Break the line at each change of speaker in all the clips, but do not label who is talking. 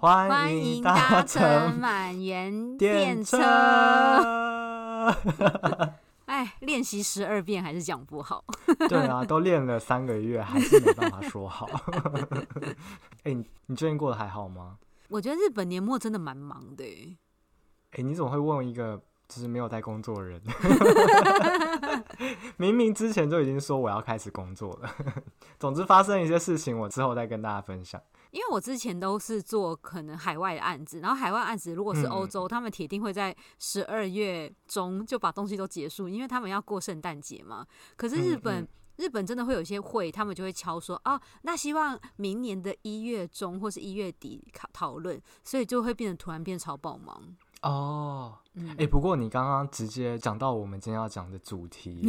欢
欢
迎
迎
搭
搭
乘
乘满员
电
电
车。
车。哎，练习十二遍还是讲不好。
对啊，都练了三个月，还是没办法说好。 哎、你你最近过得还好吗？
我觉得日本年末真的蛮忙的欸，
哎、你怎么会问一个就是没有在工作的人？ 明明之前就已经说我要开始工作了。 总之发生一些事情，我之后再跟大家分享。
因为我之前都是做可能海外的案子，然后海外案子如果是
嗯
欧洲，他们铁定会在十二月中就把东西都结束，因为他们要过圣诞节嘛。可是日
嗯
本。
嗯
日本真的会有一些会，他们就会敲说哦，那希望明年的一月中或是一月底讨讨论，所以就会变得突然变超爆忙。
哦，
嗯，
哎、不过你刚刚直接讲到我们今天要讲的主题，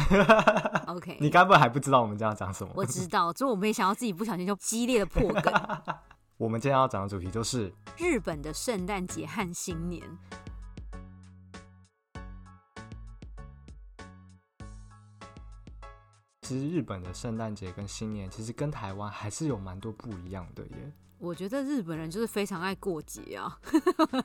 o k
你该不会还不知道我们今天要讲 什么？
我知道，就我没想到自己不小心就激烈的破梗。
我们今天要讲的主题就是
日本的圣诞节和新年，
其实日本的圣诞节跟新年其实跟台湾还是有蛮多不一样的耶，
我觉得日本人就是非常爱过节啊。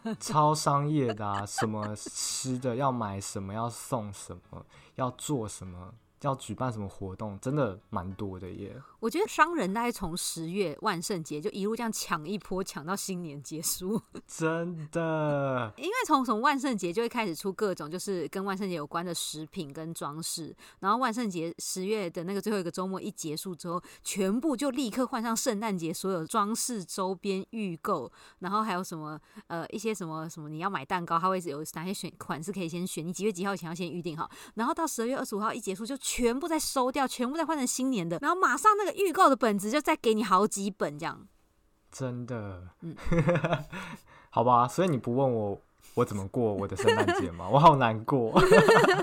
超商业的啊，什么吃的要买什么，要送什么，要做什么，要举办什么活动，真的蛮多的耶。
我觉得商人大概从十月万圣节就一路这样抢一波，抢到新年结束。
真的，
因为从从万圣节就会开始出各种就是跟万圣节有关的食品跟装饰，然后万圣节十月的那个最后一个周末一结束之后，全部就立刻换上圣诞节所有装饰周边预购，然后还有什么呃一些什么什么你要买蛋糕，它会有哪些选款式可以先选，你几月几号以前要先预定好，然后到十二月二十五号一结束就全部再收掉，全部再换成新年的，然后马上那个预购的本子就再给你好几本这样。
真的，
嗯
好吧，所以你不问我我怎么过我的圣诞节吗？我好难过。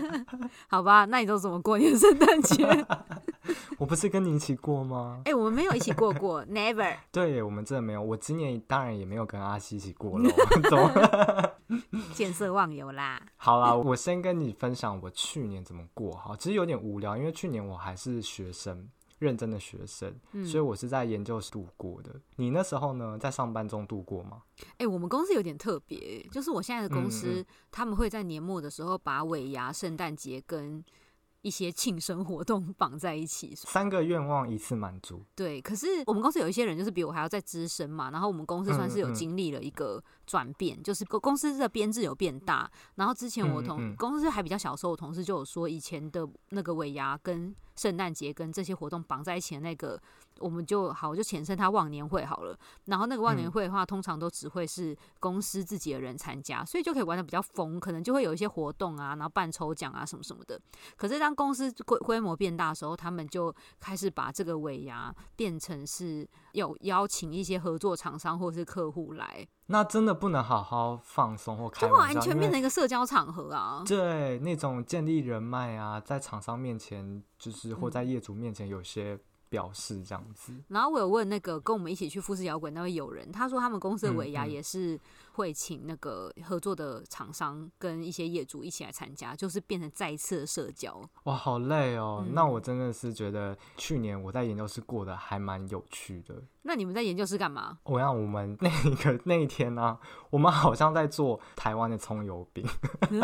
好吧，那你都怎么过你的圣诞节？
我不是跟你一起过吗？
哎、我们没有一起过过，never。
对，我们真的没有。我今年当然也没有跟阿西一起过了。我 怎么？
见色忘友啦。
好啦，我先跟你分享我去年怎么过。好，其实有点无聊，因为去年我还是学生，认真的学生，
嗯，
所以我是在研究室度过的。你那时候呢，在上班中度过吗？
哎、我们公司有点特别，就是我现在的公司，
嗯
他们会在年末的时候把尾牙、圣诞节跟一些庆生活动绑在一起。
三个愿望一次满足，
对，可是我们公司有一些人就是比我还要再资深嘛，然后我们公司算是
嗯
有
嗯
经历了一个转变，就是公公司的编制有变大。然后之前我同、
嗯嗯
公司还比较小的时候，我同事就有说，以前的那个尾牙跟圣诞节跟这些活动绑在一起的那个，我们就好我就前身它忘年会好了。然后那个忘年
嗯
会的话，通常都只会是公司自己的人参加，所以就可以玩的比较疯，可能就会有一些活动啊，然后办抽奖啊什么什么的。可是当公司规规模变大的时候，他们就开始把这个尾牙变成是有邀请一些合作厂商或是客户来，
那真的不能好好放松或开
就
玩
完
笑，
全
因
变
为
成一个社交场合啊。
对那种建立人脉啊，在厂商面前，就是或在业主面前有些表示这样子。
然后我有问那个跟我们一起去富士摇滚那位友人，他说他们公司的尾牙
嗯嗯
也是会请那个合作的厂商跟一些业主一起来参加，就是变成再一次的社交。
哇，好累哦！那
嗯
我真的是觉得去年我在研究室过得还蛮有趣的。
那你们在研究室干嘛？
我让我们那一个那一天呢、我们好像在做台湾的葱油饼，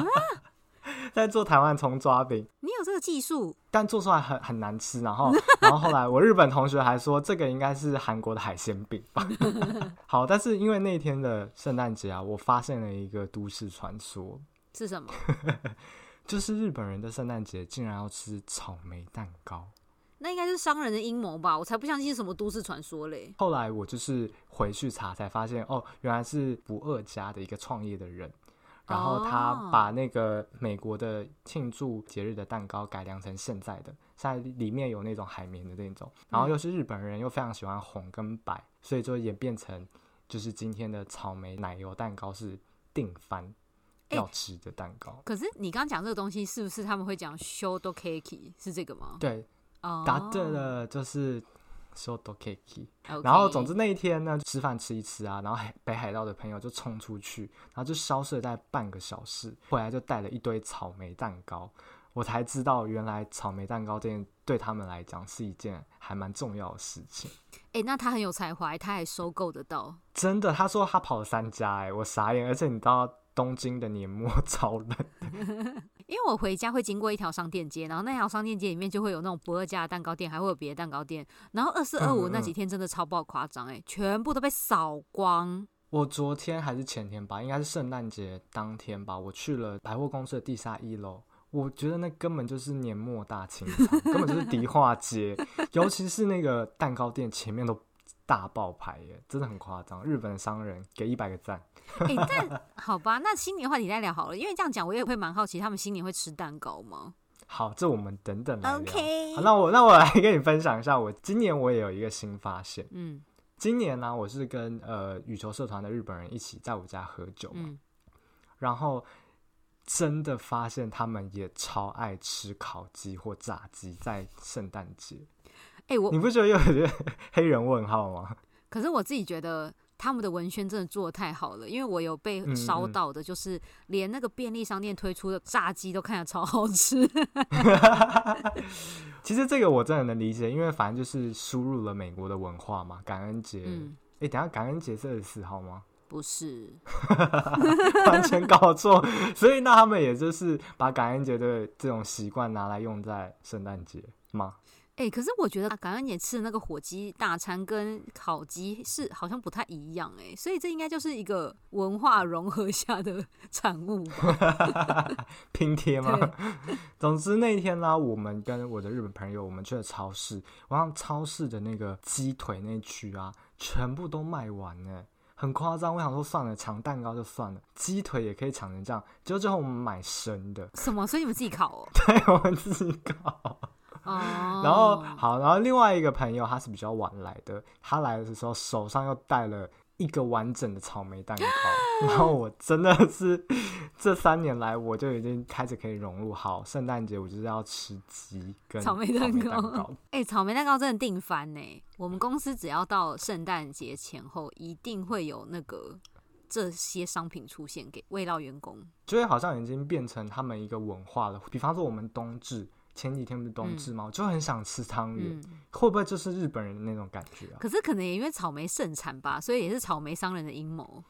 在做台湾葱抓饼，
你有这个技术？
但做出来很很难吃。然后，然后后来我日本同学还说，这个应该是韩国的海鲜饼吧。 好，但是因为那天的圣诞节啊，我发现了一个都市传说，
是什么？
就是日本人的圣诞节竟然要吃草莓蛋糕。
那应该是商人的阴谋吧？我才不相信是什么都市传说嘞！
后来我就是回去查才发现，哦，原来是不二家的一个创业的人，然后他
哦
把那个美国的庆祝节日的蛋糕改良成现在的，现在里面有那种海绵的那种，然
嗯
后又是日本人，又非常喜欢红跟白，所以就演变成就是今天的草莓奶油蛋糕是定番
哎
要吃的蛋糕。
可是你刚刚讲这个东西，是不是他们会讲 s h o d o cakey 是这个吗？
对，
哦，
答对了，就是 s h o t o cake。
哦 OK。
然后总之那一天呢，吃饭吃一吃啊，然后海北海道的朋友就冲出去，然后就消失了大概半个小时，回来就带了一堆草莓蛋糕。我才知道原来草莓蛋糕这件对他们来讲是一件还蛮重要的事情。
哎、那他很有才华，他还收购得到。
真的，他说他跑了三家、欸，哎，我傻眼。而且你知道东京的年末 超冷，
因为我回家会经过一条商店街，然后那条商店街里面就会有那种不二家的蛋糕店，还会有别的蛋糕店。然后二四二五
嗯嗯
那几天真的超爆夸张，哎，全部都被扫光。
我昨天还是前天吧，应该是圣诞节当天吧，我去了百货公司的地下一楼。我觉得那根本就是年末大清仓，根本就是迪化街，尤其是那个蛋糕店前面都大爆牌耶，真的很夸张。日本商人给一百个赞，
哎、 但好吧，那新年话题再聊好了，因为这样讲我也会蛮好奇，他们新年会吃蛋糕吗？
好，这我们等等来聊。
OK
好，那我那我来跟你分享一下，我今年我也有一个新发现。
嗯
今年呢、我是跟呃羽球社团的日本人一起在我家喝酒嘛，
嗯，
然后真的发现他们也超爱吃烤鸡或炸鸡，在圣诞节，
哎、我
你不觉得有点 黑人问号吗？
可是我自己觉得他们的文宣真的做的太好了，因为我有被
嗯
烧
嗯
到的，就是连那个便利商店推出的炸鸡都看起来超好吃。
其实这个我真的能理解，因为反正就是输入了美国的文化嘛。感恩节，哎、
嗯，
等一下感恩节是二十四号吗？
不是，
完全搞错，所以那他们也就是把感恩节的这种习惯拿来用在圣诞节吗？
哎、可是我觉得感恩节吃的那个火鸡大餐跟烤鸡是好像不太一样哎、所以这应该就是一个文化融合下的 产物吧。
拼贴
对
吗？总之那一天呢、我们跟我的日本朋友，我们去了超市，然后超市的那个鸡腿那区啊，全部都卖完了。很夸张，我想说算了，抢蛋糕就算了，鸡腿也可以抢成这样。结果最后我们买生的，
什么？所以你们自己烤哦、
对，我们自己搞。
哦，
然后好，然后另外一个朋友他是比较晚来的，他来的时候手上又带了一个完整的草莓蛋 糕，然后我真的是这三年来我就已经开始可以融入好圣诞节，我就是要吃鸡跟
草
草
莓
莓
蛋
蛋
糕哎、草莓蛋糕真的定番呢、我们公司只要到圣诞节前后，一定会有那个这些商品出现给慰劳员工。
就会好像已经变成他们一个文化了。比方说我们冬至。前几天不是冬至吗？我就很想吃汤圆，
嗯，
会不会就是日本人的那种感觉啊？
可是可能也因为草莓盛产吧，所以也是草莓商人的阴谋。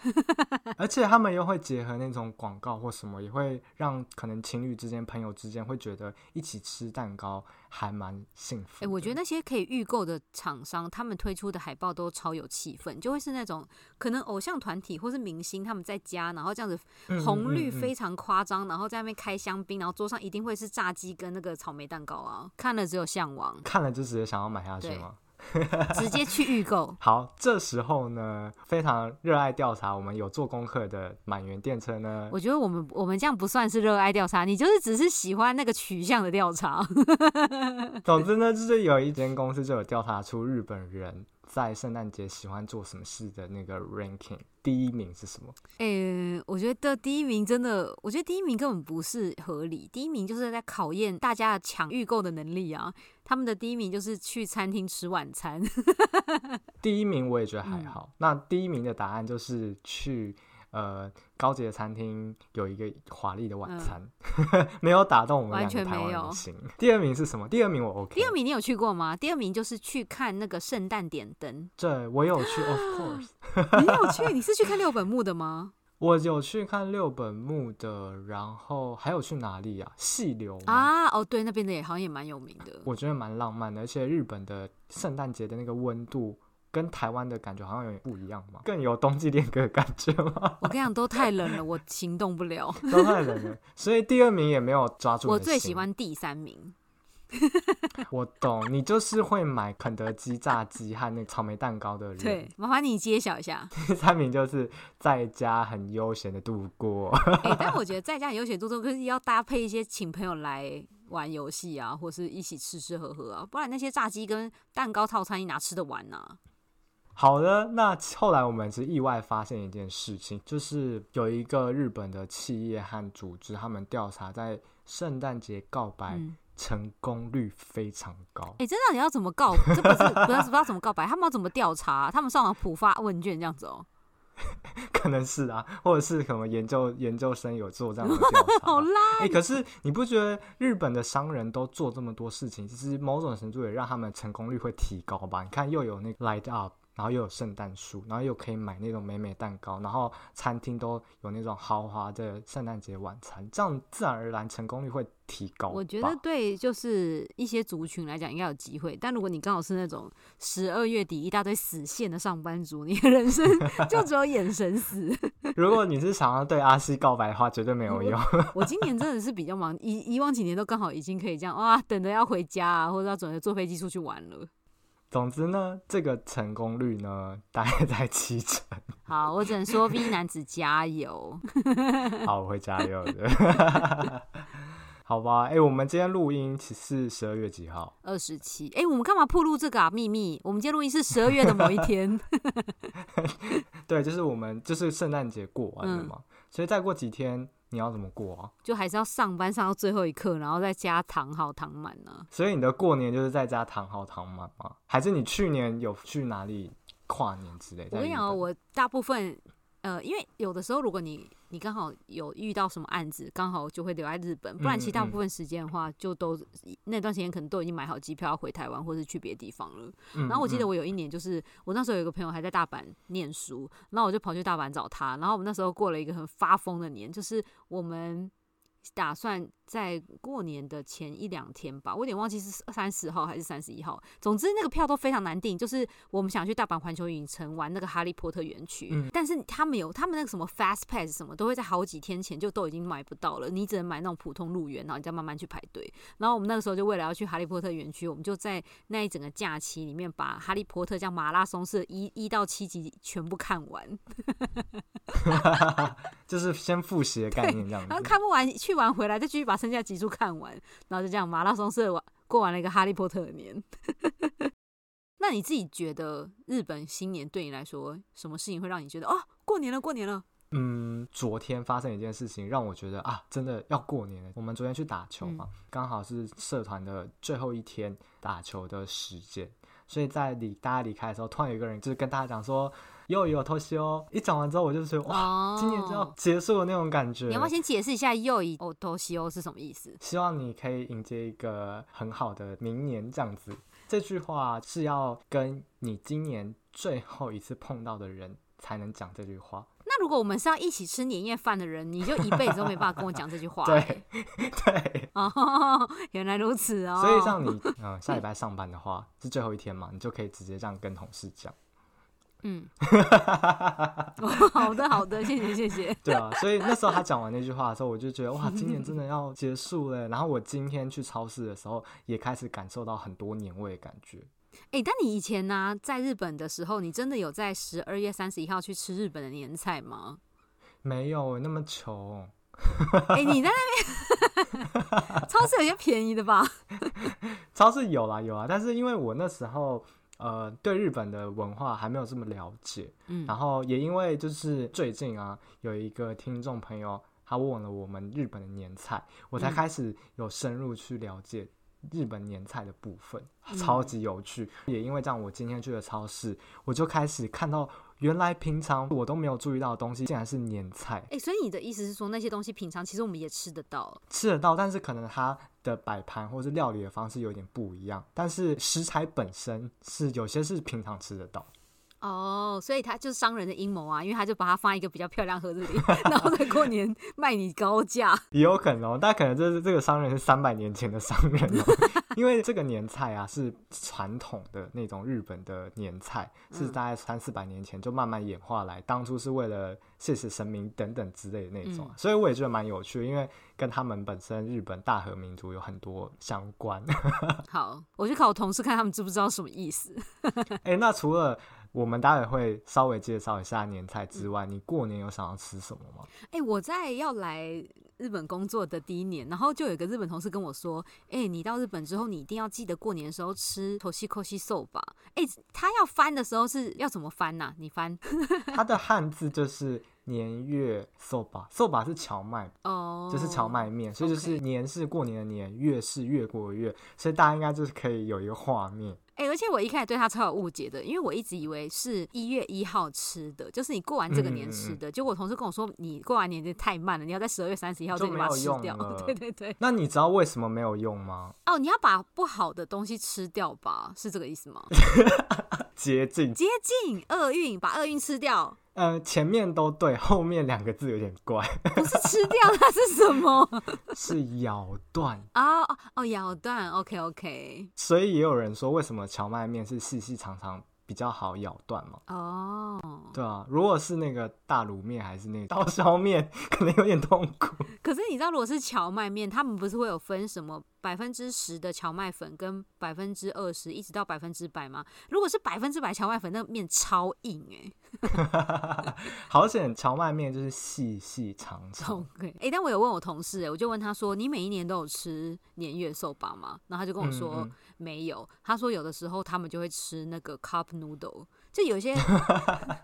而且他们又会结合那种广告或什么，也会让可能情侣之间、朋友之间会觉得一起吃蛋糕还蛮幸福
哎、
的。
我觉得那些可以预购的厂商，他们推出的海报都超有气氛，就会是那种可能偶像团体或是明星他们在家，然后这样子
嗯
红绿、
嗯嗯
非常夸张，然后在那边开香槟，然后桌上一定会是炸鸡跟那个草莓蛋糕啊，看了只有向往
嗯，看了就直接想要买下去吗？
直接去预购。
好，这时候呢，非常热爱调查，我们有做功课的满员电车呢，
我觉得我们我们这样不算是热爱调查，你就是只是喜欢那个取向的调查。
总之呢，就是有一间公司就有调查出日本人在圣诞节喜欢做什么事的那个 ranking，第一名是什么？
诶、我觉得第一名真的，我觉得第一名根本不是合理，第一名就是在考验大家的抢预购的能力啊。他们的第一名就是去餐厅吃晚餐，
第一名我也觉得还
嗯
好。那第一名的答案就是去呃高级的餐厅有一个华丽的晚餐， 没有打动我们
嗯完
两
全
个台
没
湾
有
人心。第二名是什么？第二名我 OK，
第二名你有去过吗？第二名就是去看那个圣诞点灯，
对我有 去，of course，
你有去？你是去看六本木的吗？
我有去看六本木的，然后还有去哪里啊？细流吗？
啊，哦，对，那边的也好像也蛮有名的。
我觉得蛮浪漫的，而且日本的圣诞节的那个温度。跟台湾的感觉好像有点不一样嘛，更有冬季恋歌的感觉 吗？
我跟你讲，都太冷了，我行动不了。
都太冷了，所以第二名也没有抓住你的
我最喜
心
欢第三名。
我懂，你就是会买肯德基炸鸡和那个草莓蛋糕的人。
对，，麻烦你揭晓一下。
第三名就是在家很悠闲的度过。
哎、但我觉得在家里有写做做，可是要搭配一些请朋友来玩游戏啊，或是一起吃吃喝喝啊，不然那些炸鸡跟蛋糕套餐你哪吃得完呢、
好的，那后来我们是意外发现一件事情，就是有一个日本的企业和组织，他们调查在圣诞节告白
嗯，
成功率非常高
哎、。真的你要怎么告？这不是不知道不知道怎么告白，他们要怎么调查、他们上网普发问卷这样子哦、
可能是啊，或者是可能研究研究生有做这样的调查。
好啦，
哎、可是你不觉得日本的商人都做这么多事情，其实某种程度也让他们成功率会提高吧？你看，又有那个 light up，然后又有圣诞树，然后又可以买那种美美蛋糕，然后餐厅都有那种豪华的圣诞节晚餐，这样自然而然成功率会提高吧。
我觉得对，就是一些族群来讲应该有机会，但如果你刚好是那种十二月底一大堆死线的上班族，你的人生 就只有眼神死。
如果你是想要对阿西告白的话，绝对没有 用。
我今年真的是比较忙，以以往几年都刚好已经可以这样哇，等着要回家啊，或者要准备坐飞机出去玩了。
总之呢，这个成功率呢大概在七 成。
好，我只能说 V 男子加油。
好，我会加油的。 好吧，哎、我们今天录音其实是十二月几号？
二十七，哎，我们干嘛暴露这个啊？秘密，我们今天录音是十二月的某一天。
对，就是我们就是圣诞节过完
嗯
了嘛，所以再过几天你要怎么过啊？
就还是要上班上到最后一刻，然后在家躺好躺满呢、
所以你的过年就是在家躺好躺满吗？还是你去年有去哪里跨年之类？
我跟你
在日
讲哦，
本
我大部分呃，因为有的时候如果你你刚好有遇到什么案子，刚好就会留在日本，不然其实大
嗯嗯
部分时间的话，就都那段时间可能都已经买好机票要回台湾或是去别的地方了。
嗯
然后我记得
嗯
我有一年就是我那时候有一个朋友还在大阪念书，然后我就跑去大阪找他，然后我们那时候过了一个很发疯的年，就是我们打算在过年的前一两天吧，我有点忘记是三十号还是三十一号，总之那个票都非常难订，就是我们想去大阪环球影城玩那个哈利波特园区，
嗯
但是他们有他们那个什么 Fast Pass 什么都会在好几天前就都已经买不到了，你只能买那种普通入园，然后你再慢慢去排队。然后我们那个时候就为了要去哈利波特园区，我们就在那一整个假期里面把《哈利波特》这样马拉松式的一一到七集全部看
嗯
完，
就是先复习的概念这样
然
子。
后看不完去完回来再继续把剩下集数看完，然后就这样马拉松式的完过完了一个《哈利波特》的年。 那你自己觉得日本新年对你来说，什么事情会让你觉得哦，过年了，过年了？
嗯，昨天发生一件事情，让我觉得啊，真的要过年了。我们昨天去打球嘛，
嗯
刚好是社团的最后一天打球的时间，所以在离大家离开的时候，突然有一个人就是跟大家讲说：“又有偷袭哦！”一讲完之后，我就觉得哇，
哦，
今年就要结束的那种感觉。
你要不要先解释一下“又一哦多西欧”是什么意思？
希望你可以迎接一个很好的明年这样子。这句话是要跟你今年最后一次碰到的人才能讲这句话。
那如果我们是要一起吃年夜饭的人，你就一辈子都没办法跟我讲这句话、 欸
对对，
哦，原来如此哦。
所以像你，嗯、下礼拜上班的话是最后一天嘛，你就可以直接这样跟同事讲。
嗯， 好的好的，谢谢谢谢。
对 啊，所以那时候他讲完那句话的时候，我就觉得哇，今年真的要结束 了。然后我今天去超市的时候，也开始感受到很多年味的感觉。
哎、但你以前呢、在日本的时候，你真的有在十二月三十一号去吃日本的年菜吗？
没有那么穷，
哎、你在那边 超市有些便宜的吧？
超市有啦有啦，啊但是因为我那时候呃对日本的文化还没有这么了解，
嗯
然后也因为就是最近啊有一个听众朋友他问了我们日本的年菜，我才
嗯
开始有深入去了解。日本年菜的部分
嗯
超级有趣，也因为这样，我今天去了超市，我就开始看到原来平常我都没有注意到的东西，竟然是年菜
哎、，所以你的意思是说，那些东西平常其实我们也吃得到，
吃得到，但是可能它的摆盘或是料理的方式有点不一样，但是食材本身是有些是平常吃得到。
哦，所以他就是商人的阴谋啊，因为他就把它放在一个比较漂亮盒子里， 然后在过年卖你高价。
也有可能哦，但可能这是这个商人是三百年前的商人哦， 因为这个年菜啊是传统的那种日本的年菜，是
嗯
大概三四百年前就慢慢演化来，当初是为了谢谢神明等等之类的那种啊，所以我也觉得蛮有趣，因为跟他们本身日本大和民族有很多相关。
好，我去考我同事看他们知不知道什么意思。
哎、那除了我们待会会稍微介绍一下年菜之外，你过年有想要吃什么吗？
哎、我在要来日本工作的第一年，然后就有一个日本同事跟我说：“哎、你到日本之后，你一定要记得过年的时候吃头西扣西寿吧。哎、他要翻的时候是要怎么翻呐、你翻
它的汉字就是年月寿把，寿把是荞麦，
哦，
就是荞麦面，所以就是年是过年的年，月是越过的月，所以大家应该就是可以有一个画面。
哎、而而且我一开始对它超有误解的，因为我一直以为是一月一号吃的，就是你过完这个
嗯
年吃的。结果我同事跟我说，你过完年就太慢了，你要在十二月三十一号
就
之前
没
把它
有
吃
用
掉
了。
对对对，
那你知道为什么没有用吗？
哦，你要把不好的东西吃掉吧？是这个意 思吗？
捷径，
接近厄运，把厄运吃掉，
呃，前面都对，后面两个字有点怪，
不是吃掉，它是什么？
是咬断。
哦哦哦，咬断，OK OK，
所以也有人说，为什么荞麦面是细细长长比较好咬断嘛？
哦，
对啊，如果是那个大卤面还是那个 刀削面，可能有点痛苦。
可是你知道，如果是荞麦面，他们不是会有分什么百分之十的荞麦粉跟百分之二十一直到百分之百吗？如果是百分之百荞麦粉，那个面超硬哎、
好险，荞麦面就是细细长 长。
OK，哎、但我有问我同事、欸，我就问他说：“你每一年都有吃年月寿吧吗？”然后他就跟我说、啊
嗯嗯
没有。他说有的时候他们就会吃那个 cup noodle，就 有些，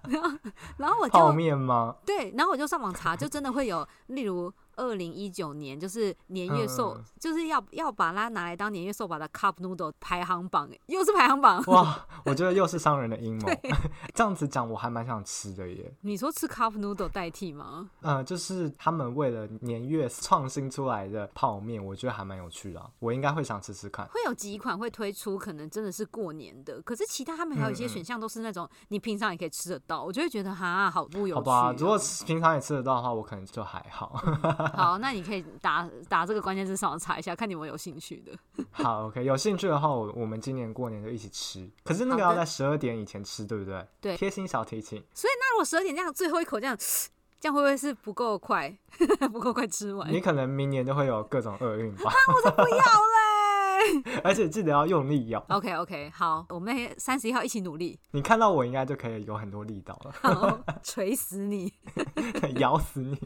然后然后我
泡
就
面 吗？
对，然后我就上网查，就真的会有，例如二零一九年就是年月寿，
嗯
就是要要把它拿来当年月寿把的 cup noodle 排行榜、欸，又是排行榜。
哇，我觉得又是商人的阴谋。 这样子讲，我还蛮想吃的耶。
你说吃 cup noodle 代替吗？
呃，就是他们为了年月创新出来的泡面，我觉得还蛮有趣的啊、我应该会想吃吃看。
会有几款会推出，可能真的是过年的，可是其他他们
嗯
还有一些选项都是那种你平常也可以吃得到，我就会觉得哈，好不有
好
趣、
吧
哦，
如果吃平常也吃得到的话，我可能就还好。
好，那你可以打打这个关键字上网查一下，看你们有兴趣的。
好，OK，有兴趣的话，我我们今年过年就一起吃。可是那个
好
要
的
在十二点以前吃，对不对？
对
贴心小提醒，
那如果十二点这样最后一口这样， 这样会不会是不够快， 不够快吃完？
你可能明年就会有各种厄运吧。
不要嘞。
而且记得要用力咬，
OK OK，好，我们三十一号一起努力，
你看到我应该就可以有很多力道了，
好，锤死你！
咬死你。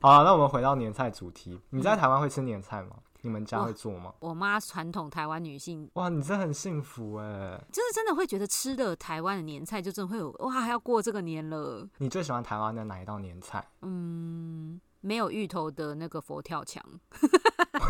好啊了，那我们回到年菜主题。你在台湾会吃年菜吗？你们家
哇
会做吗？
我妈传统台湾女性
哇，你真的很幸福哎！
就是真的会觉得吃了台湾的年菜，就真的会有哇，还要过这个年了。
你最喜欢台湾的哪一道年菜？
嗯，没有芋头的那个佛跳墙，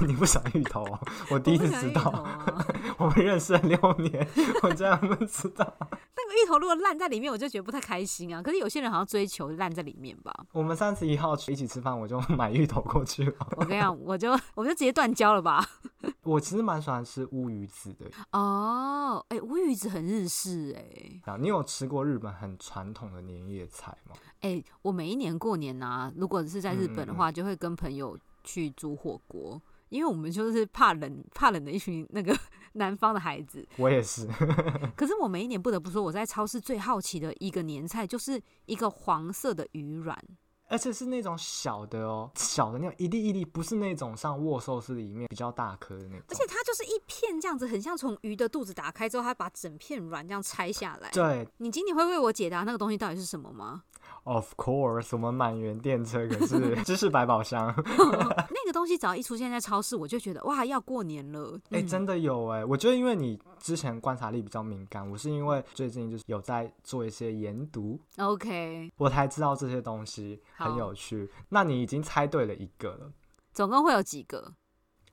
你不想芋头、哦？我第
我
一
不
次
喜欢
知
芋
道，
头啊。
我们认识了六年， 我竟然不知道。
那个芋头如果烂在里面，我就觉得不太开心啊。可是有些人好像追求烂在里面吧。
我们三十一号去一起吃饭，我就买芋头过去了。
我跟你讲，我就我们就直接断交了吧。
我其实蛮喜欢吃乌鱼子的。
哦，哎、乌鱼子很日式哎、
啊，你有吃过日本很传统的年夜菜吗？
哎、我每一年过年呐、如果是在日本的话，就会跟朋友去煮火锅，因为我们就是怕冷怕冷的一群那个 南方的孩子。
我也是。
可是我每一年不得不说，我在超市最好奇的一个年菜就是一个黄色的鱼卵。
而且是那种小的哦，小的那种一粒一粒，不是那种像握寿司里面比较大颗的那种。
而且它就是一片这样子，很像从鱼的肚子打开之后，它把整片卵这样拆下来。
对
你今年会为我解答那个东西到底是什么吗？
，of course，我们满园电车可是知识百宝箱。
嗯那个东西只要一出现在超市，我就觉得哇，要过年了。
哎、
嗯
真的有哎、我觉得因为你之前观察力比较敏感，我是因为最近就是有在做一些研读，
嗯 OK，
我才知道这些东西很
好
有趣。那你已经猜对了一个了。
总共会有几个？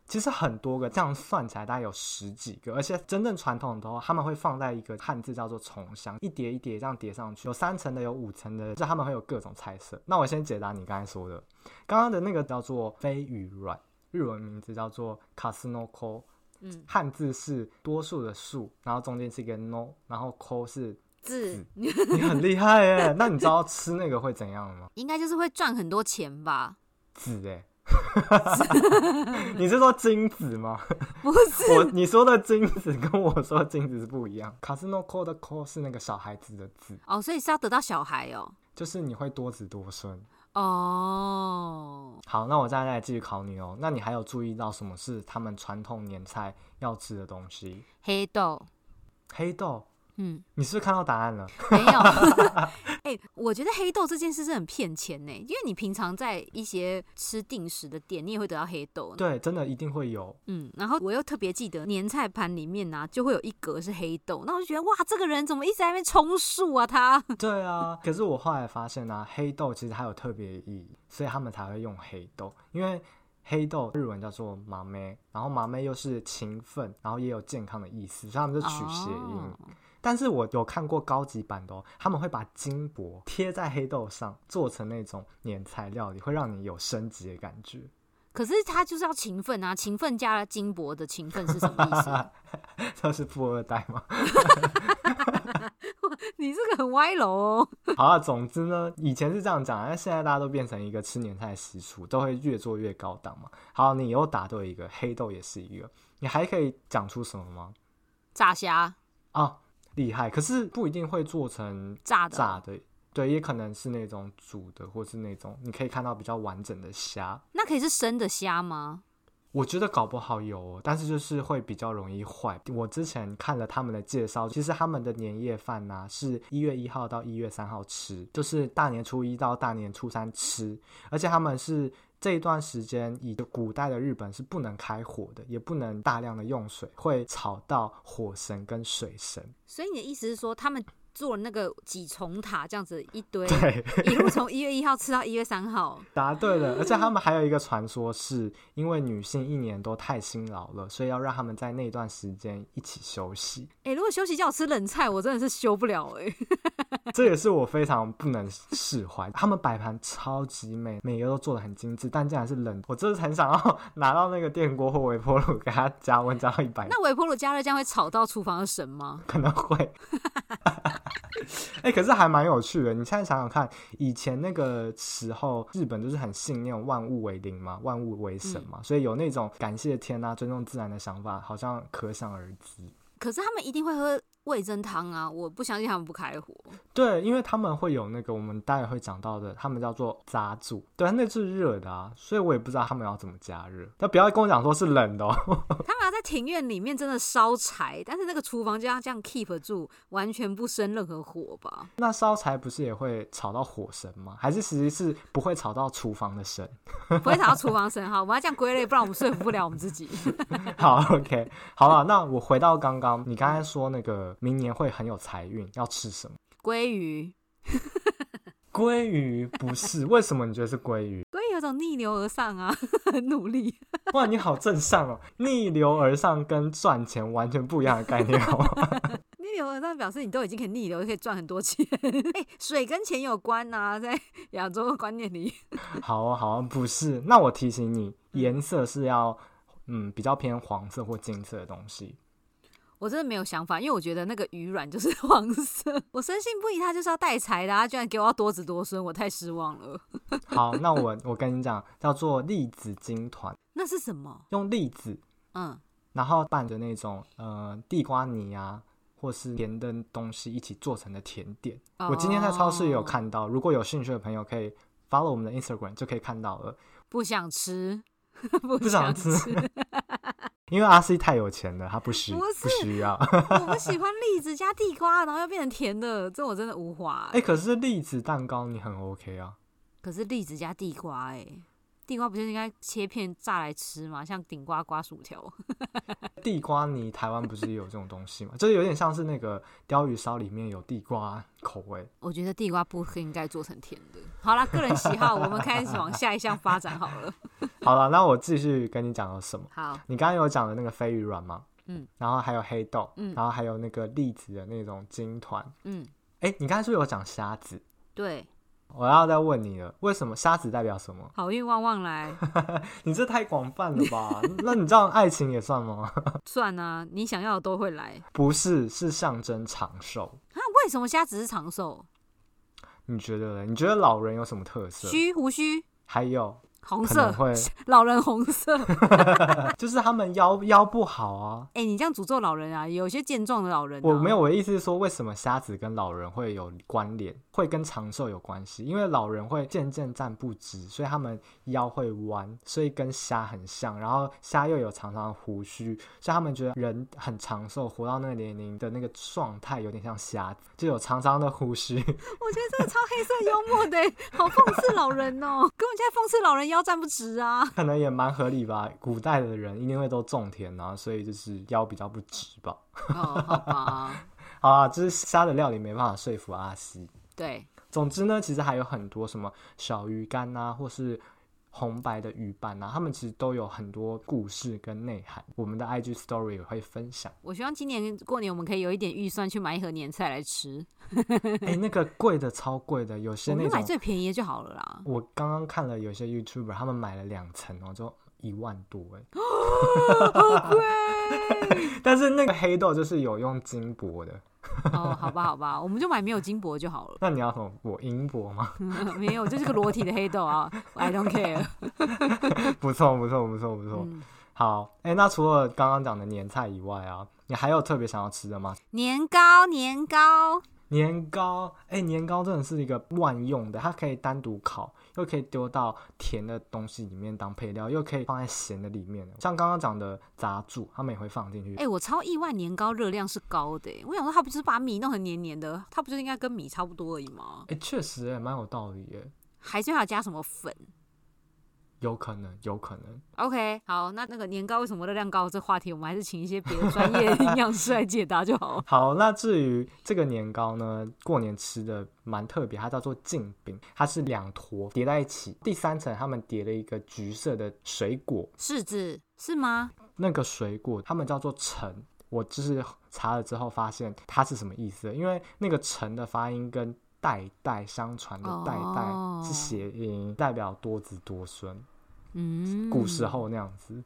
其实很多个，这样算起来大概有十几个，而且真正传统的话，他们会放在一个汉字叫做“重香”，一叠一叠这样叠上去，有三层的，有五层的，就是他们会有各种菜色。那我先解答你刚才说的，刚刚的那个叫做飞羽软，日文名字叫做 kasunoko，
嗯，
汉字是多数的数，然后中间是一个 no，然后 ko 是，
字
你很厉害耶。那你知道吃那个会怎样吗？
应该就是会赚很多钱吧？
子 哎。你是说金子吗？
不是，
我你说的金子跟我说的金子是不一样。卡斯诺 call 的 call 是那个小孩子的子，
哦，所以是要得到小孩哦。
就是你会多子多孙。
哦，
好，那我再来继续考你哦。那你还有注意到什么是他们传统年菜要吃的东西？
黑豆，
黑豆，
嗯，
你是不是看到答案了？
没有。 哎、我觉得黑豆这件事是很骗钱呢，因为你平常在一些吃定时的店，你也会得到黑豆。
对，真的一定会有。
嗯，然后我又特别记得年菜盘里面呢、就会有一格是黑豆，那我就觉得哇，这个人怎么一直在那边充数啊？他
对啊，可是我后来发现啊，黑豆其实它有特别意义，所以他们才会用黑豆，因为。黑豆日文叫做麻妹，然后麻妹又是勤奋，然后也有健康的意思，所以他们就取谐音。
哦
但是我有看过高级版的哦，他们会把金箔贴在黑豆上，做成那种碾材料理，会让你有升级的感觉。
可是他就是要勤奋啊，勤奋加了金箔的勤奋是什么意思？
这是富二代吗？
你这个很歪楼哦。
好啊，总之呢，以前是这样讲，啊但现在大家都变成一个吃年菜的习俗，都会越做越高档嘛。好，你又答对一个，黑豆也是一个，你还可以讲出什么吗？
炸虾
啊，厉害！可是不一定会做成
炸的，
炸的，对，也可能是那种煮的，或是那种你可以看到比较完整的虾。
那可以是生的虾吗？
我觉得搞不好有哦，但是就是会比较容易坏。我之前看了他们的介绍，其实他们的年夜饭呐、是一月一号到一月三号吃，就是大年初一到大年初三吃，而且他们是这一段时间，以古代的日本是不能开火的，也不能大量的用水，会吵到火神跟水神。
所以你的意思是说，他们做那个几重塔这样子一堆，
对，
一路从一月一号吃到一月三 号，
答对了，而且他们还有一个传说是，因为女性一年都太辛劳了，所以要让他们在那段时间一起休息。
哎、如果休息叫我吃冷菜，我真的是休不了 哎、
这也是我非常不能释怀。他们摆盘超级美，每个都做的很精致，但竟然是冷，我真的很想要 拿到那个电锅或微波炉给它加温加到一百，
那微波炉加热酱会吵到厨房的神吗？
可能会。 哎、可是还蛮有趣的。你现在想想看，以前那个时候，日本就是很信念万物为灵嘛，万物为神嘛，所以有那种感谢天啊、尊重自然的想法，好像可想而知。
可是他们一定会喝味噌汤啊！我不相信他们不开火。
对，因为他们会有那个我们待会会讲到的，他们叫做扎住，对，那是热的啊，所以我也不知道他们要怎么加热。那不要跟我讲说是冷的哦，
他们要在庭院里面真的烧柴，但是那个厨房就要这样 keep 住，完全不生任何火吧？
那烧柴不是也会吵到火神吗？还是其实是不会吵到厨房的神？
不会吵到厨房神哈，我们要这样归类，不然我们说服不了我们自 己。
好，OK，好了，那我回到刚刚，你刚才说那个明年会很有财运，要吃什么？
鲑鱼，
鲑鱼不是？为什么你觉得是鲑鱼？
鲑鱼有种逆流而上啊， 很努力。
哇，你好正向哦，逆流而上跟赚钱完全不一样的概念，哦好吗？
逆流而上表示你都已经可以逆流，可以赚很多钱。哎、水跟钱有关呐、在 亚洲的观念里，
好啊，好啊，不是。那我提醒你，
嗯
颜色是要嗯比较偏黄色或金色的东西。
我真的没有想法，因为我觉得那个鱼卵就是 黄色，我深信不疑，他就是要带财的、啊，他居然给我要多子多孙，我太失望了。
好，那我我跟你讲，叫做栗子金团，
那是什么？
用栗子，
嗯，
然后拌着那种呃地瓜泥啊，或是甜的东西一起做成的甜点。我今天在超市也有
哦
看到，如果有兴趣的朋友可以 follow 我们的 Instagram 就可以看到了。
不想 吃，
不
不
想
吃，
因为阿 C 太有钱了，他不需
不
不
是
需要。
我不喜欢栗子加地瓜，然后又变成甜的，这我真的无法、
哎、可是栗子蛋糕你很 OK 啊。
可是栗子加地瓜、哎，地瓜不就应该切片炸来吃吗？像顶呱呱薯条，
地瓜泥，台湾不是也有这种东西吗？ 就是有点像是那个鲷鱼烧里面有地瓜口味。
我觉得地瓜不应该做成甜的。好啦，个人喜好，我们开始往下一项发展好了。
好了，那我继续跟你讲了什么？
好，
你刚刚有讲的那个飞鱼卵吗？
嗯，
然后还有黑豆，
嗯
然后还有那个栗子的那种金团。
嗯，
哎、你刚才是不是有讲虾子？
对，
我要再问你了，为什么虾子代表什么？
好运旺旺来，
你这太广泛了吧？ 那你知道爱情也算吗？
算啊，你想要的都会 来。
不是，是象征长寿。
啊，为什么虾只是长寿？
你觉得呢？你觉得老人有什么特色？
须胡须
还有
红
可能
色，
会，
老人红色。
就是他们腰腰不好啊，
哎、你这样诅咒老人啊！有些健壮的老人、啊，
我没有，我的意思是说，为什么瞎子跟老人会有关联，会跟长寿有关系？因为老人会渐渐站不直，所以他们腰会弯，所以跟虾很像。然后虾又有长长的胡须，所以他们觉得人很长寿，活到那个年龄的那个状态有点像虾子，就有长长的胡须。
我觉得这个超黑色幽默的欸，好讽刺老人哦、 根本就在讽刺老人腰站不直啊！
可能也蛮合理吧。古代的人一定会都种田啊，所以就是腰比较不直吧。
哦，好吧，
好啊，就是虾的料理没办法说服阿西。
对，
总之呢，其实还有很多什么小鱼干啊，或是红白的鱼板啊，他们其实都有很多故事跟内涵。我们的 IG Story 也会分 享。
我希望今年过年我们可以有一点预算去买一盒年菜来吃，
哎、那个贵的超贵的，有些
我
那
们买
种
最便宜的就好了啦。
我刚刚看了有些 YouTuber 他们买了两层哦，就一万多 哎、 但是那个黑豆就是有用金箔的，
哦，好吧，好吧，我们就买没有金箔就好了。
那你要什么我银箔吗？
没有，就是个裸体的黑豆啊，I don't care。
不错，不错，不错，不错。
嗯
好，哎、那除了刚刚讲的年菜以外啊，你还有特别想要吃的吗？
年糕，年糕，
年糕，哎、年糕真的是一个万用的，它可以单独烤，又可以丢到甜的东西里面当配料，又可以放在咸的里面。像刚刚讲的炸柱，他们也会放进去。
哎、我超意外，年糕热量是高的、欸。我想说，它不就是把米弄成黏黏的，它不就应该跟米差不多而已吗？
哎、确实、哎，蛮有道理，耶，
还是要加什么粉
有可能，有可能。
？OK，好，那那个年糕为什么热量高这话题，我们还是请一些别的专业的营养师来解答就好了。
好，那至于这个年糕呢，过年吃的蛮特别，它叫做镜饼，它是两坨叠在一起，第三层他们叠了一个橘色的水果，
柿子是吗？
那个水果他们叫做橙。我就是查了之后发现它是什么意思，因为那个橙的发音跟代代相传的代
哦
代是谐音，代表多子多孙，
嗯，
古时候那样子。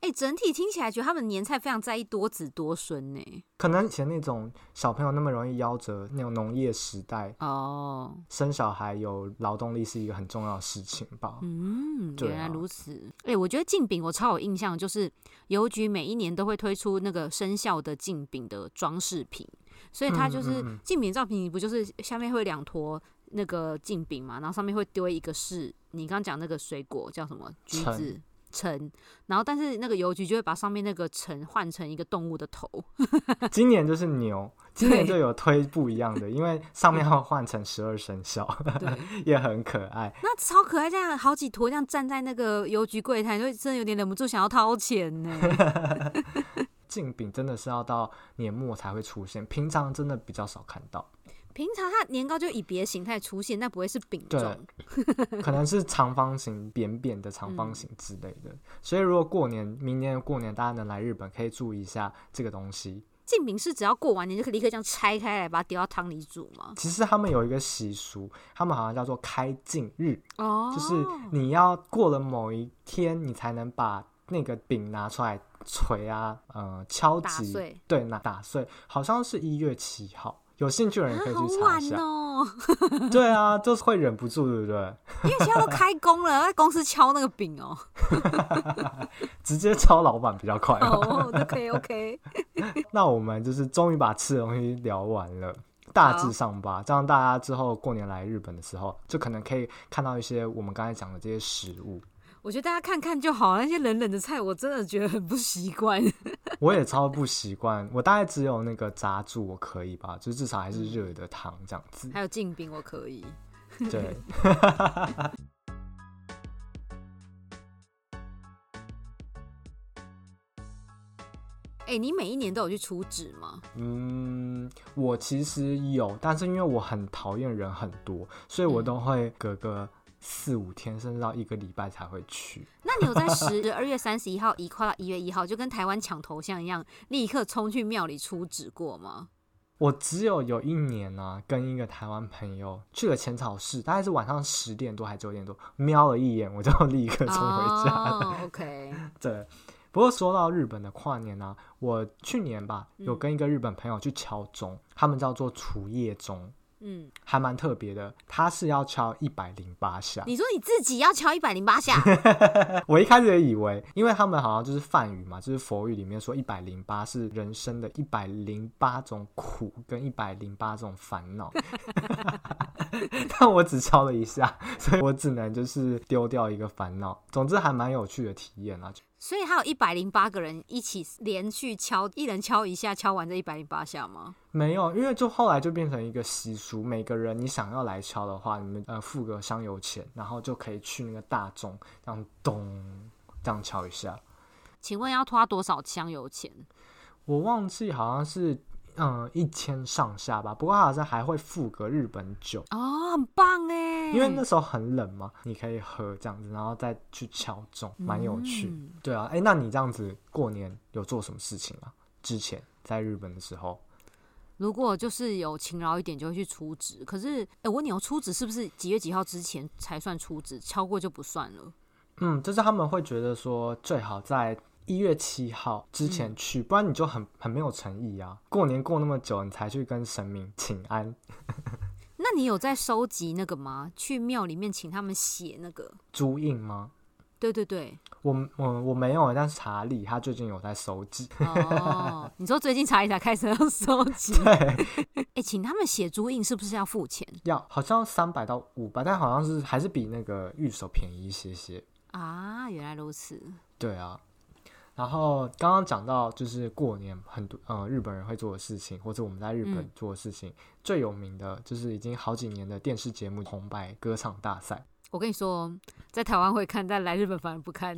哎、整体听起来觉得他们年菜非常在意多子多孙呢、
可能以前那种小朋友那么容易夭折，那种农业时代，
哦，
生小孩有劳动力是一个很重要的事情吧。
嗯，
对
原来
啊
如此。哎、我觉得进饼我超有印象，就是邮局每一年都会推出那个生肖的进饼的装饰品，所以它就
嗯嗯
是
嗯
进饼照片，你不就是下面会有两坨那个进饼嘛，然后上面会丢一个是你刚刚讲那个水果叫什么橘
橙
子。橙，然后但是那个邮局就会把上面那个橙换成一个动物的头，
今年就是牛，今年
对
就有推不一样的，因为上面要换成十二生肖，
对，
也很可爱。
那超可爱，这样好几坨这样站在那个邮局柜台，就真的有点忍不住想要掏 钱呢。
镜饼真的是要到年末才会出现，平常真的比较少看 到，
平常它年糕就以别的形态出现，但不会是饼
对
状。
可能是长方形、扁扁的长
嗯
方形之类的。所以如果过年、明年的过年大家能来日本，可以注意一下这个东西。
进饼是只要过完年就可以立刻这样拆开来，把它丢到汤里煮吗？
其实他们有一个习俗，他们好像叫做开镜日，
哦
就是你要过了某一天，你才能把那个饼拿出来捶啊，呃，敲
打
击，
碎，
对，拿打碎，好像是一月七号。有兴趣的人可以
啊好
去查一
晚
下，
哦，
对啊，就是会忍不住，对不对？
因为现在都开工了，在 公司敲那个饼哦。
直接敲老板比较快吧。
哦，都可以，OK。
那我们就是终于把吃的东西聊完了，大
好
致上吧，这样大家之后过年来日本的时候，就可能可以看到一些我们刚才讲的这些食物。
我觉得大家看看就好，那些冷冷的菜我真的觉得很不习惯。
我也超不习惯，我大概只有那个炸住我可以吧，就至少还是热的汤这样子。
还有进饼我可以。嗯
对，
哎、你每一年都有去出纸吗？
嗯，我其实有，但是因为我很讨厌人很多，所以我
嗯
都会隔个四五天，甚至到一个礼拜才会去。
那你有在十二月三十一号一跨到一月一号，就跟台湾抢头像一样，立刻冲去庙里出纸过吗？
我只有有一年呢、跟一个台湾朋友去了浅草寺，大概是晚上十点多还九点多，瞄了一眼我就 立刻冲回家。
哦，OK。
对，不过说到日本的跨年呢、我去年吧有
嗯
跟一个日本朋友去敲钟，他们叫做除夜钟，
嗯，
还蛮特别的。他是要敲一百零八下，
你说你自己要敲一百零 八下，
我一开始也以为，因为他们好像就是梵语嘛，就是佛语里面说一百零八是人生的一百零八种苦跟一百零八种烦恼， 但我只敲了一下，所以我只能就是丢掉一个烦恼。总之还蛮有趣的体验啊，
所以还有一百零八个人一起连续敲，一人敲一下，敲完这一百零八下吗？
没有，因为就后来就变成一个习俗，每个人你想要来敲的话，你们呃付个香油钱，然后就可以去那个大钟，这样咚，这样敲一下。
请问要花多少香油钱？
我忘记好像是呃嗯一千上下吧，不过它好像还会附个日本酒。
哦，很棒哎！
因为那时候很冷嘛，你可以喝这样子，然后再去敲钟，蛮有趣。
嗯
对啊，哎，那你这样子过年有做什么事情啊？之前在日本的时候，
如果就是有勤劳一点，就会去出纸。可是，哎、我扭出纸是不是几月几号之前才算出纸？超过就不算了。
嗯，就是他们会觉得说，最好在一月七号之前去，不然你就很很没有诚意啊！过年过那么久，你才去跟神明请安，
那你有在收集那个吗？去庙里面请他们写那个？
朱印吗？
对对对，
我我我没有，但是查理他最近有在收集。
哦， 你说最近查理才开始要收集？对，哎、请他们写朱印是不是要付钱
要好像三百到五百，但好像是还是比那个玉手便宜一些些。
啊？原来如此，
对啊，然后刚刚讲到就是过年很多呃日本人会做的事情，或者我们在日本
嗯
做的事情，最有名的就是已经好几年的电视节目《红白歌唱大赛。
我跟你说，在台湾会看，但来日本反而不看。》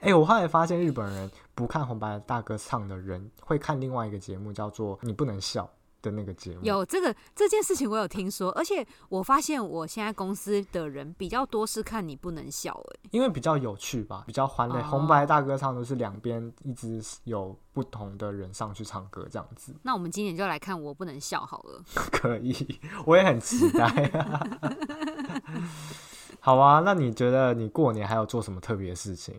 哎，我后来发现日本人不看红白大歌唱的人，会看另外一个节目叫做《你不能笑》的那个节目。
有这个这件事情，我有听说，而且我发现我现在公司的人比较多是看你不能笑、欸，
因为比较有趣吧，比较欢乐。
哦
红白大歌唱都是两边一直有不同的人上去唱歌，这样子
那我们今年就来看我不能笑好了。
可以， 我也很期待、 好啊，那你觉得你过年还有做什么特别的事情？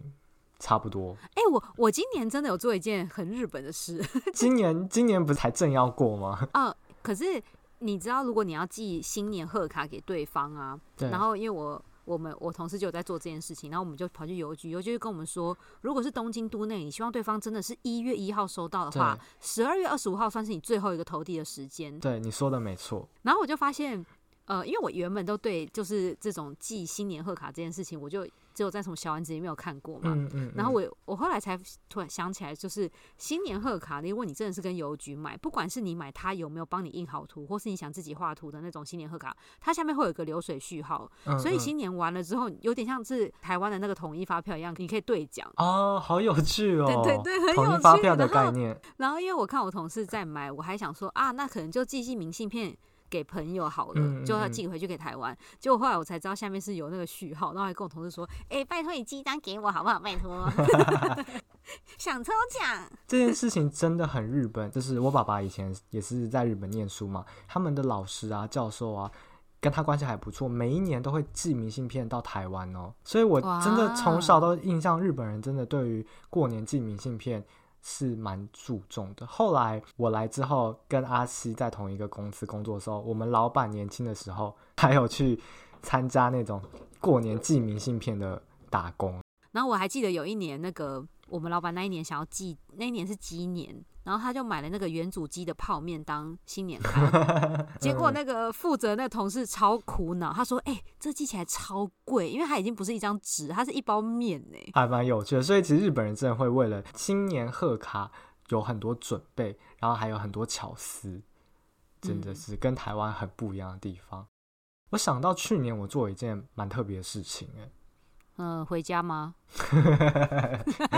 差不 多，
哎、我我今年真的有做一件很日本的事
今年今年不是才正要过吗？
啊，可是你知道，如果你要寄新年贺卡给对方啊，
对，
然后因为我我们我同事就有在做这件事情，然后我们就跑去邮局，邮局就跟我们说，如果是东京都内，你希望对方真的是一月一号收到的话，十二月二十五号算是你最后一个投递的时间。
对你说的没错，
然后我就发现，呃，因为我原本都对就是这种寄新年贺卡这件事情，我就只有在什么小丸子里面有看过嘛。
嗯嗯。
然后
嗯
我我后来才突然想起来，就是新年贺卡，如果你真的是跟邮局买，不管是你买它有没有帮你印好图，或是你想自己画图的那种新年贺卡，它下面会有一个流水序号，
嗯
所以
嗯
新年完了之后，有点像是台湾的那个统一发票一样，你可以兑奖。
哦，好有趣哦，
对对对，很
统
有
一发
趣。
票的
然后
概念，
然后因为我看我同事在买，我还想说啊，那可能就寄寄明信片给朋友好了，
嗯嗯
就要
嗯
寄回去给台湾。结果后来我才知道下面是有那个序号，然后还跟我同事说，哎、拜托你寄一张给我好不好？拜托， 想抽奖。
这件事情真的很日本，就是我爸爸以前也是在日本念书嘛，他们的老师啊、教授啊，跟他关系还不错，每一年都会寄明信片到台湾哦。所以我
哇
真的从小都印象，日本人真的对于过年寄明信片。是蛮注重的。后来我来之后，跟阿西在同一个公司工作的时候，我们老板年轻的时候还有去参加那种过年寄明信片的打工。
然后我还记得有一年那个我们老板那一年想要寄，那一年是鸡年。然后他就买了那个原祖鸡的泡面当新 年卡，结果那个负责那同事超苦恼，他说：“哎、这寄起来超贵，因为它已经不是一张纸，它是一包面呢、
还蛮有趣的。所以其实日本人真的会为了新年贺卡有很多准备，然后还有很多巧思，真的
嗯
是跟台湾很不一样的地方。我想到去年我做了一件蛮特别的事情、
嗯，回家吗？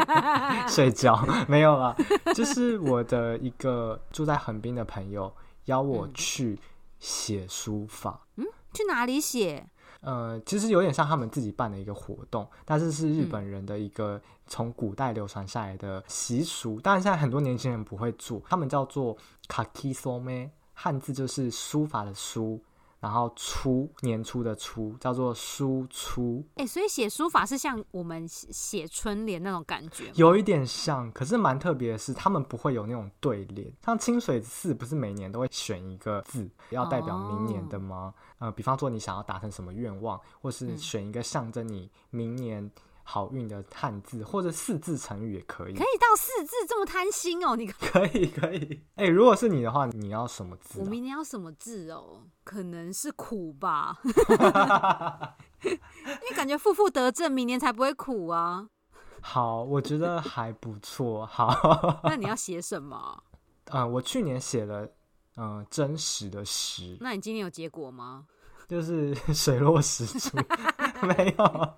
哎，睡觉没有啦，就是我的一个住在横滨的朋友邀我
嗯
去写书法。
去哪里写？
呃，其实有点像他们自己办的一个活动，但是是日本人的一个从古代流传下来的习俗。当然，现在很多年轻人不会做，他们叫做卡 a 索 i 汉字就是书法的书，然后初年初的初叫做书初，
哎、所以写书法是像我们写写春联那种感觉吗。
有一点像，可是蛮特别的是，他们不会有那种对联。像清水寺不是每年都会选一个字，要代表明年的吗？呃，比方说你想要达成什么愿望，或是
嗯
选一个象征你明年好运的汉字，或者四字成语也可以。
可以到四字这么贪心哦！你看
可以，可以。哎、如果是你的话，你要什么字、
我明年要什么字哦？可能是苦吧， 因
啊？
为感觉负负得正，明年才不会苦啊。
好，我觉得还不错。好，
那你要写什么？
嗯、我去年写了。嗯、真实的实
那你今年有结果吗？
就是水落石出， 没有，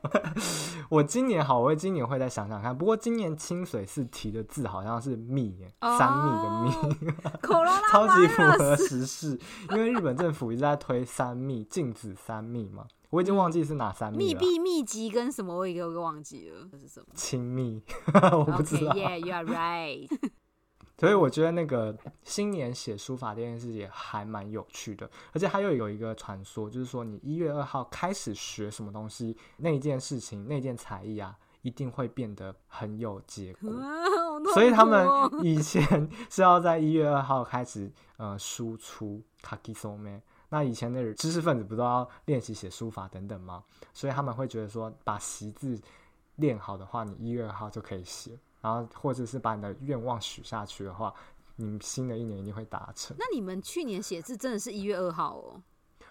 我今年好，我今年会再想想看。不过今年清水寺提的字好像是蜜耶，
哦
三蜜的蜜。
蜜，哦口罗拉
超级符合时事，因为日本政府一直在推三密，禁止三密嘛。我已经忘记是哪三密啊
密
了，
闭密集跟什么我也给我忘记了，这是什么
亲密， 我不知道。
？Okay, yeah, you are right。
所以我觉得那个新年写书法这件事也还蛮有趣的，而且还有有一个传说，就是说你一月二号开始学什么东西，那一件事情、那件才艺啊，一定会变得很有结果。
啊好痛苦哦
所以他们以前 是要在一月二号开始呃输出卡基索梅。那以前的知识分子不都要练习写书法等等吗？所以他们会觉得说，把习字练好的话，你一月二号就可以写，然后或者是把你的愿望许下去的话，你新的一年一定会达成。
那你们去年写字真的是一月二号哦？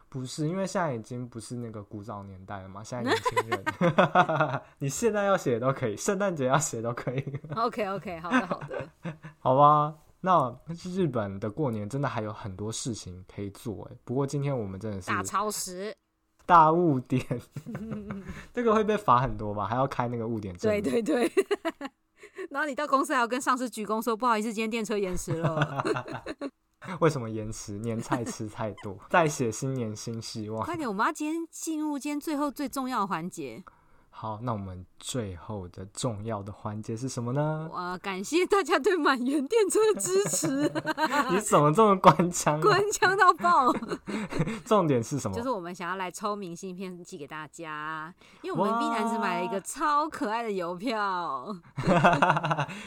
不是，因为现在已经不是那个古早年代了嘛，现在年轻人， 你现在要写都可以，圣诞节要写都可以。
OK OK，好的好的，
好吧，那日本的过年真的还有很多事情可以做哎。不过今天我们真的 是
大超时，
大误 点，这个会被罚很多吧？还要开那个误点证
对
明。
对对。 然后你到公司还要跟上司鞠躬说不好意思，今天电车延迟 了，
为什么延迟？年菜吃太 多，再写新年新希望。
快点，我们要今天进入今天最后最重要的环节。
好，那我们最后的重要的环节是什么呢？
哇，感谢大家对满园电车的支 持，
你怎么这么官腔、啊？
官腔到 爆。
重点是什么
就？是我们想要来抽明信片寄给大家，因为我们
哇
B 男子买了一个超可爱的邮票，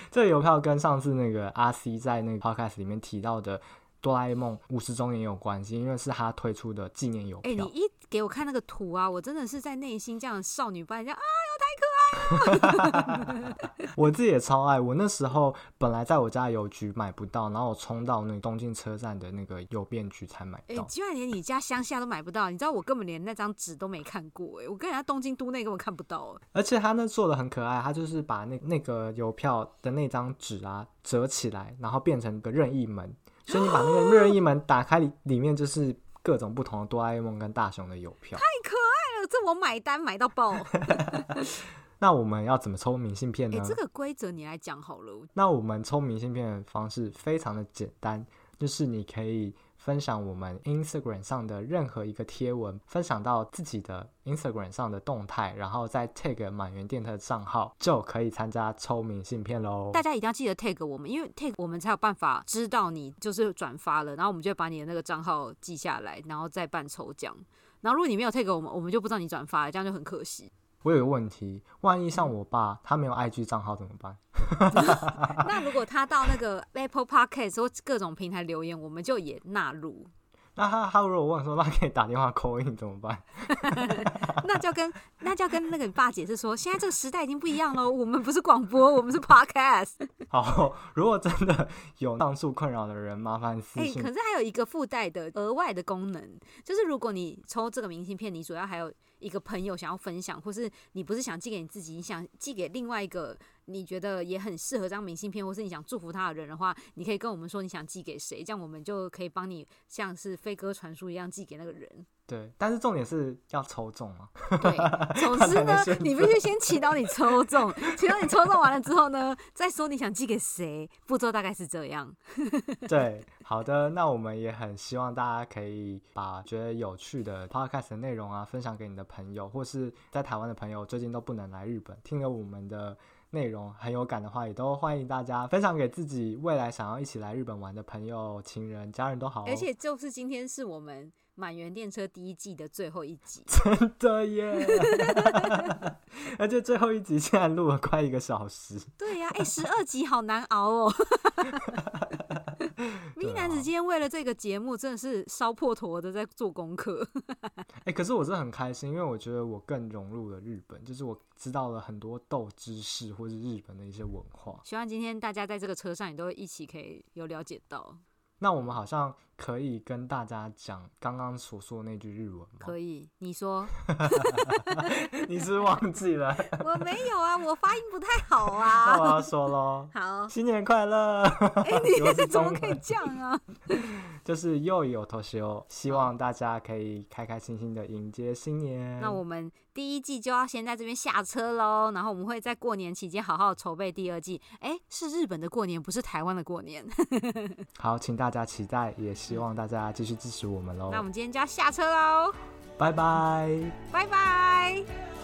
这个邮票跟上次那个阿 C 在那个 podcast 里面提到的哆啦 A 梦五十周年有关系，因为是他推出的纪念邮
哎、
票。
你一给我看那个图啊，我真的是在内心这样少女般这样啊，
我自己也超爱，我那时候本来在我家邮局买不到，然后我冲到那个东京车站的那个邮便局才买
哎、
到。
居然连你家乡下都买不到，你知道我根本连那张纸都没看过、哎，我跟人家东京都内根本看不到、
而且他那做的很可爱，他就是把那那个邮票的那张纸啊折起来，然后变成个任意门，所以你把那个任意门打开，里里面就是各种不同的哆啦 A 梦跟大雄的邮票。
哎呦， 这我买单买到爆，哎、
那我们要怎么抽明信片呢？
这个规则你来讲好了，
那我们抽明信片的方式非常的简单，就是你可以分享我们 Instagram 上的任何一个贴文，分享到自己的 Instagram 上的动态，然后再 tag 满园电台的账号，就可以参加抽明信片喽
大。家一定要记得 tag 我们，因为 tag 我们才有办法知道你就是转发了，然后我们就会把你的那个账号记下来，然后再办抽奖。然后如果你没有 tag 我们，我们就不知道你转发了，这样就很可惜。
我有个问题，万一像我爸他没有 IG 账号怎么办？
那如果他到那个 Apple Podcast 或各种平台留言，我们就也纳入，
那他他如果问说那可以打电话 call in 怎么办？
那就要跟那就要跟那个你爸解释说，现在这个时代已经不一样了，我们不是广播，我们是 Podcast。
好，如果真的有上述困扰的人，麻烦私
哎、
信
可是还有一个附带的额外的功能，就是如果你抽这个明信片，你主要还有一个朋友想要分享，或是你不是想寄给你自己，你想寄给另外一个你觉得也很适合这张明信片，或是你想祝福他的人的话，你可以跟我们说你想寄给谁，这样我们就可以帮你像是飞鸽传书一样寄给那个人。
对，但是重点是要抽中啊。
对，总
他
之呢
才能选，择
你必须先祈祷你抽中，祈祷你抽中完了之后呢，再说你想寄给谁，步骤大概是这样。
对，好的，那我们也很希望大家可以把觉得有趣的 podcast 的内容啊，分享给你的朋友，或是在台湾的朋友最近都不能来日本，听了我们的内容很有感的话，也都欢迎大家分享给自己未来想要一起来日本玩的朋友、情人、家人都好哦。
而且就是今天是我们满园电车第一季的最后一 集，
真的耶， 而且最后一集竟然录了快一个小时，
对呀、哎、1十二集好难熬 哦。
啊
咪男子今天为了这个节目真的是烧破头的在做功课，
哎、可是我真的很开心，因为我觉得我更融入了日本，就是我知道了很多豆知识或是日本的一些文化。
希望今天大家在这个车上也都一起可以有了解到。
那我们好像可以跟大家讲刚刚所说的那句日文吗？
可以，你说
你是不是忘记 了？
我没有啊，我发音不太好
那我
啊。
要说喽，
好，
新年快乐！
哎、
如果是
你 怎么
中
可以
文
这样啊？
就是又有头西哦，希望大家可以开开心心的迎接新年。
那我们第一季就要先在这边下车喽，然后我们会在过年期间好好筹备第二季。哎，是日本的过年，不是台湾的过年。
好，请大家期待，也希望大家哦 继续支持我们喽
那。我们今天就要下车喽，
拜拜。
拜拜。